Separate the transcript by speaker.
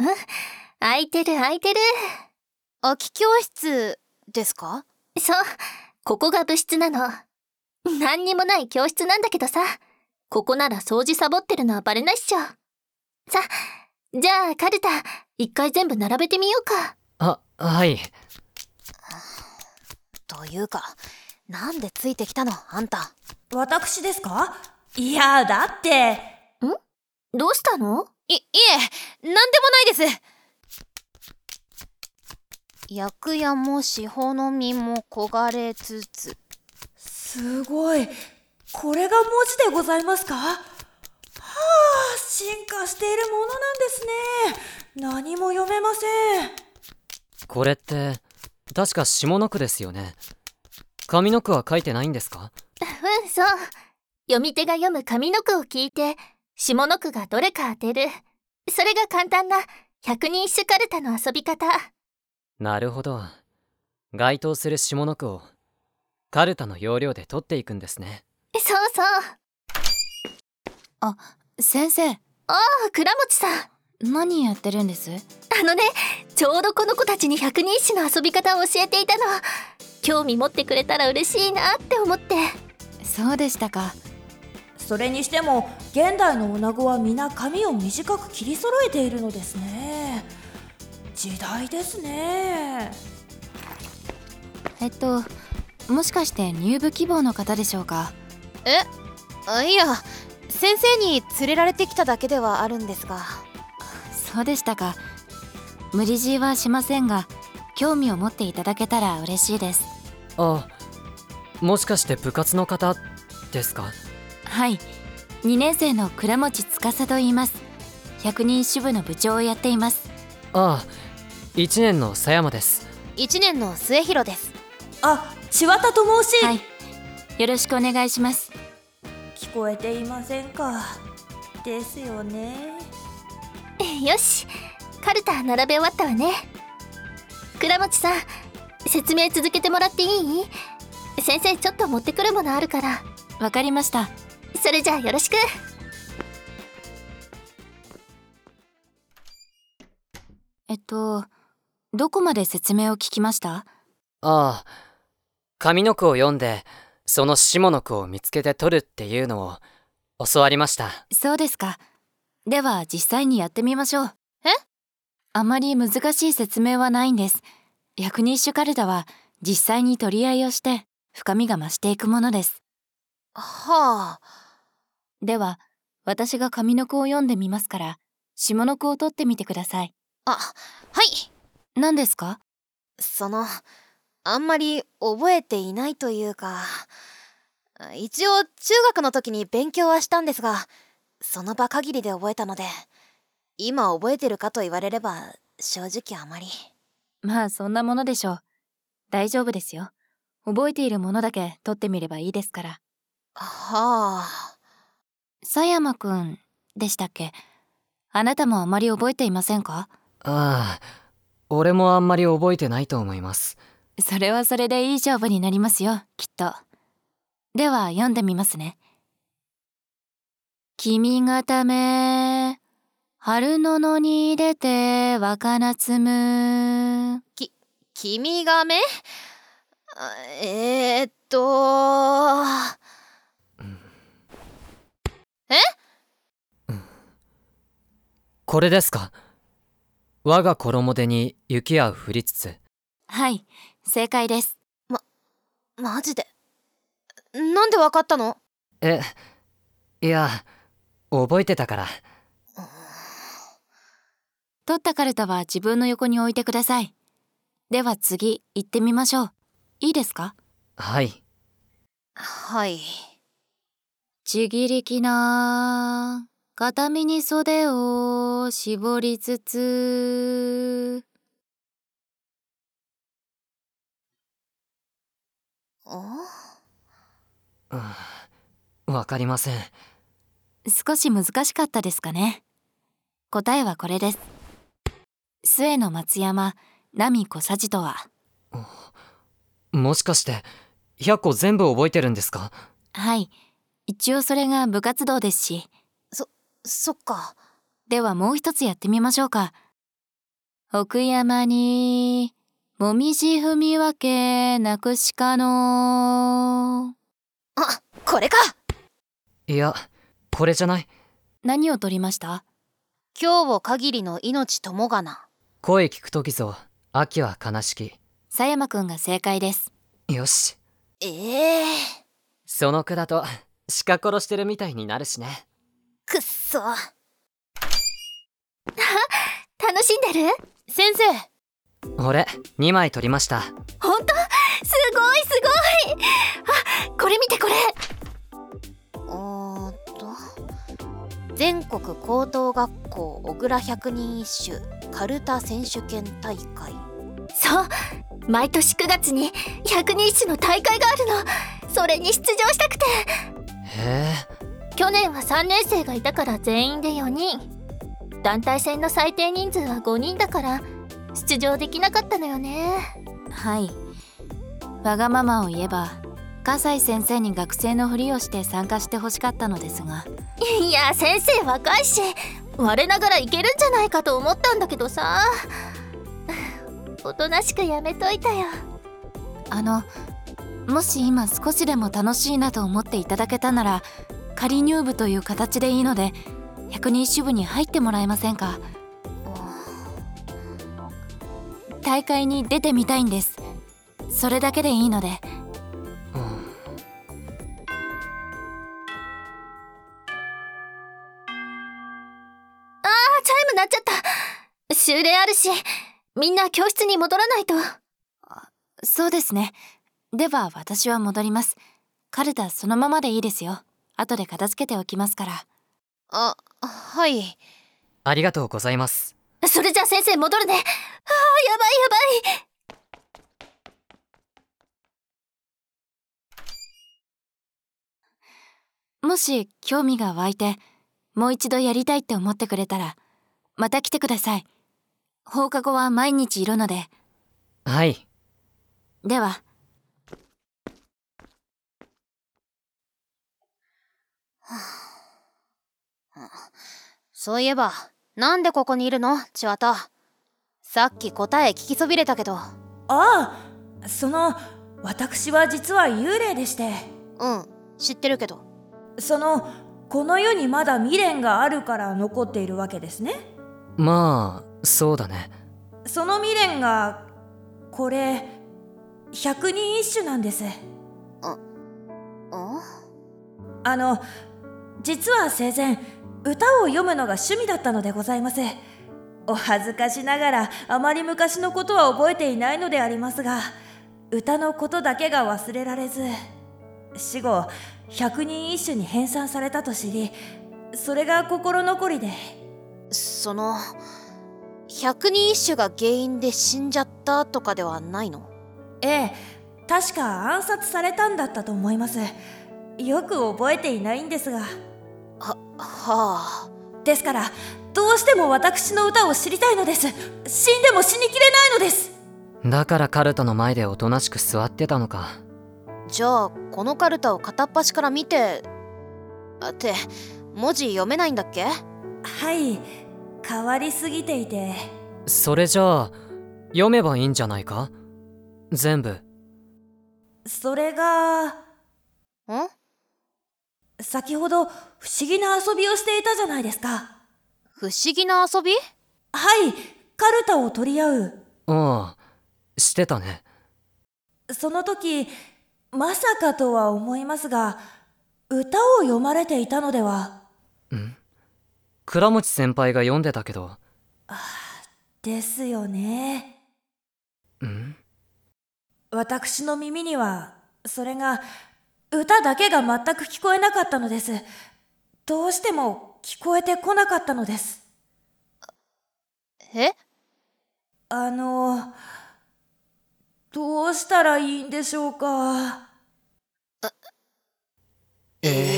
Speaker 1: うん空いてる空いてる
Speaker 2: 空き教室ですか
Speaker 1: そうここが部室なの何にもない教室なんだけどさここなら掃除サボってるのはバレないっしょさじゃあカルタ一回全部並べてみようか
Speaker 3: あ、はい。
Speaker 2: というか、なんでついてきたのあんた。
Speaker 4: 私ですかいや、だって、
Speaker 1: どうしたの
Speaker 2: い、いえ、なんでもないです薬屋も四方の身も焦がれつつ。
Speaker 4: すごい。これが文字でございますかはあ、進化しているものなんですね。何も読めません。
Speaker 3: これって、確か下の句ですよね。上の句は書いてないんですか
Speaker 1: うんそう読み手が読む上の句を聞いて下の句がどれか当てるそれが簡単な百人一首カルタの遊び方
Speaker 3: なるほど。該当する下の句を、カルタの要領で取っていくんですね。
Speaker 1: そうそう
Speaker 5: 先生
Speaker 1: あ倉持さん
Speaker 5: 何やってるんです
Speaker 1: あのねちょうどこの子たちに百人一首の遊び方を教えていたの興味持ってくれたら嬉しいなって思って
Speaker 5: そうでしたか
Speaker 4: それにしても、現代の女子は皆髪を短く切り揃えているのですね。時代ですね。
Speaker 5: えっともしかして入部希望の方でしょうか
Speaker 2: あいや、先生に連れられてきただけではあるんですが。
Speaker 5: そうでしたか無理強いはしませんが興味を持っていただけたら嬉しいです
Speaker 3: あ、もしかして部活の方ですか
Speaker 5: はい2年生の倉持司と言います百人支部の部長をやっています
Speaker 3: ああ、1年の佐山です。
Speaker 2: 一年の末広です。
Speaker 4: あ、千綿と申し、
Speaker 5: はいよろしくお願いします
Speaker 4: 聞こえていませんか。ですよね。
Speaker 1: よしカルタ並べ終わったわね倉持さん説明続けてもらっていい先生ちょっと持ってくるものあるから
Speaker 5: わかりました
Speaker 1: それじゃあよろしく
Speaker 5: えっとどこまで説明を聞きました
Speaker 3: ああ、上の句を読んで、その下の句を見つけて取るっていうのを教わりました。
Speaker 5: そうですかでは実際にやってみましょう
Speaker 2: え
Speaker 5: あまり難しい説明はないんです百人一首カルタは実際に取り合いをして深みが増していくものです
Speaker 2: はあ、
Speaker 5: では私が上の句を読んでみますから下の句を取ってみてください
Speaker 2: あ、はい。
Speaker 5: 何ですか
Speaker 2: その、あんまり覚えていないというか。一応、中学の時に勉強はしたんですが、その場限りで覚えたので、今覚えてるかと言われれば、正直あまり。
Speaker 5: まあそんなものでしょう大丈夫ですよ覚えているものだけ取ってみればいいですから
Speaker 2: はあ。
Speaker 5: 佐山くんでしたっけあなたもあまり覚えていませんか
Speaker 3: ああ、俺もあんまり覚えてないと思います。
Speaker 5: それはそれでいい勝負になりますよきっとでは読んでみますね「君がため春の野に出て若夏む
Speaker 2: 君がめあえー、っと。
Speaker 3: これですか我が衣手に雪や降りつつ」
Speaker 5: はい正解です
Speaker 2: マジで。なんでわかったの
Speaker 3: えいや覚えてたから
Speaker 5: 取ったカルタは自分の横に置いてくださいでは次行ってみましょういいですか
Speaker 3: はい
Speaker 2: はい。
Speaker 5: ちぎりきな片身に袖を絞りつつ
Speaker 3: わかりません
Speaker 5: 少し難しかったですかね答えはこれです末の松山奈美小さじとは
Speaker 3: もしかして100個全部覚えてるんですか
Speaker 5: はい一応それが部活動ですし
Speaker 2: そっか。
Speaker 5: ではもう一つやってみましょうか奥山に、もみじ踏み分け、なくしかの。
Speaker 2: あ、これか
Speaker 3: いや、これじゃない。
Speaker 5: 何を取りました
Speaker 2: 今日を限りの命ともがな。
Speaker 3: 声聞くときぞ、秋は悲しき。
Speaker 5: 佐山くんが正解です。
Speaker 3: よし。
Speaker 2: ええ
Speaker 3: その句だと、鹿殺してるみたいになるしね。
Speaker 2: くっそ。
Speaker 1: 楽しんでる
Speaker 2: 先生、
Speaker 3: 俺、2枚取りました。
Speaker 1: 本当すごいすごいあこれ見てこれ
Speaker 2: おーっと全国高等学校小倉百人一首カルタ選手権大会
Speaker 1: そう毎年9月に百人一首の大会があるのそれに出場したくて
Speaker 3: へ
Speaker 1: 去年は3年生がいたから全員で4人団体戦の最低人数は5人だから出場できなかったのよね
Speaker 5: はい。わがままを言えば、笠西先生に学生のふりをして参加してほしかったのですが、
Speaker 1: いや先生若いし我ながらいけるんじゃないかと思ったんだけどさ おとなしくやめといたよ
Speaker 5: あの、もし今少しでも楽しいなと思っていただけたなら、仮入部という形でいいので、百人支部に入ってもらえませんか大会に出てみたいんです。それだけでいいので。
Speaker 3: え、うん。
Speaker 1: あチャイム鳴っちゃった終礼あるしみんな教室に戻らないと
Speaker 5: そうですね。では私は戻ります。カルタそのままでいいですよ。後で片付けておきますから。
Speaker 2: あはい
Speaker 3: ありがとうございます。
Speaker 1: それじゃあ先生戻るねあーやばいやばい
Speaker 5: もし興味が湧いて、もう一度やりたいって思ってくれたら、また来てください。放課後は毎日いるので、
Speaker 3: はい。
Speaker 5: では、
Speaker 2: そういえばなんでここにいるの千和田さっき答え聞きそびれたけど
Speaker 4: ああその私は実は幽霊でして
Speaker 2: うん知ってるけど
Speaker 4: そのこの世にまだ未練があるから残っているわけですね
Speaker 3: まあ、そうだね。
Speaker 4: その未練がこれ百人一首なんです
Speaker 2: うん
Speaker 4: あの実は生前歌を読むのが趣味だったのでございますお恥ずかしながらあまり昔のことは覚えていないのでありますが歌のことだけが忘れられず死後百人一首に編纂されたと知りそれが心残りで
Speaker 2: その百人一首が原因で死んじゃったとかではないの
Speaker 4: ええ確か暗殺されたんだったと思いますよく覚えていないんですが
Speaker 2: ははあ
Speaker 4: ですからどうしても私の歌を知りたいのです死んでも死にきれないのです
Speaker 3: だからカルタの前でおとなしく座ってたのか。
Speaker 2: じゃあこのカルタを片っ端から見てあって文字読めないんだっけ
Speaker 4: はい変わりすぎていて
Speaker 3: それじゃあ、読めばいいんじゃないか全部。
Speaker 4: それが
Speaker 2: ん
Speaker 4: 先ほど不思議な遊びをしていたじゃないですか
Speaker 2: 不思議な遊び
Speaker 4: はいカルタを取り合う
Speaker 3: うん。してたね。
Speaker 4: その時まさかとは思いますが歌を読まれていたのでは
Speaker 3: 倉持先輩が読んでたけど。
Speaker 4: ですよね
Speaker 3: うん
Speaker 4: 私の耳にはそれが歌だけが全く聞こえなかったのですどうしても聞こえてこなかったのです
Speaker 2: え
Speaker 4: あのどうしたらいいんでしょうか
Speaker 2: え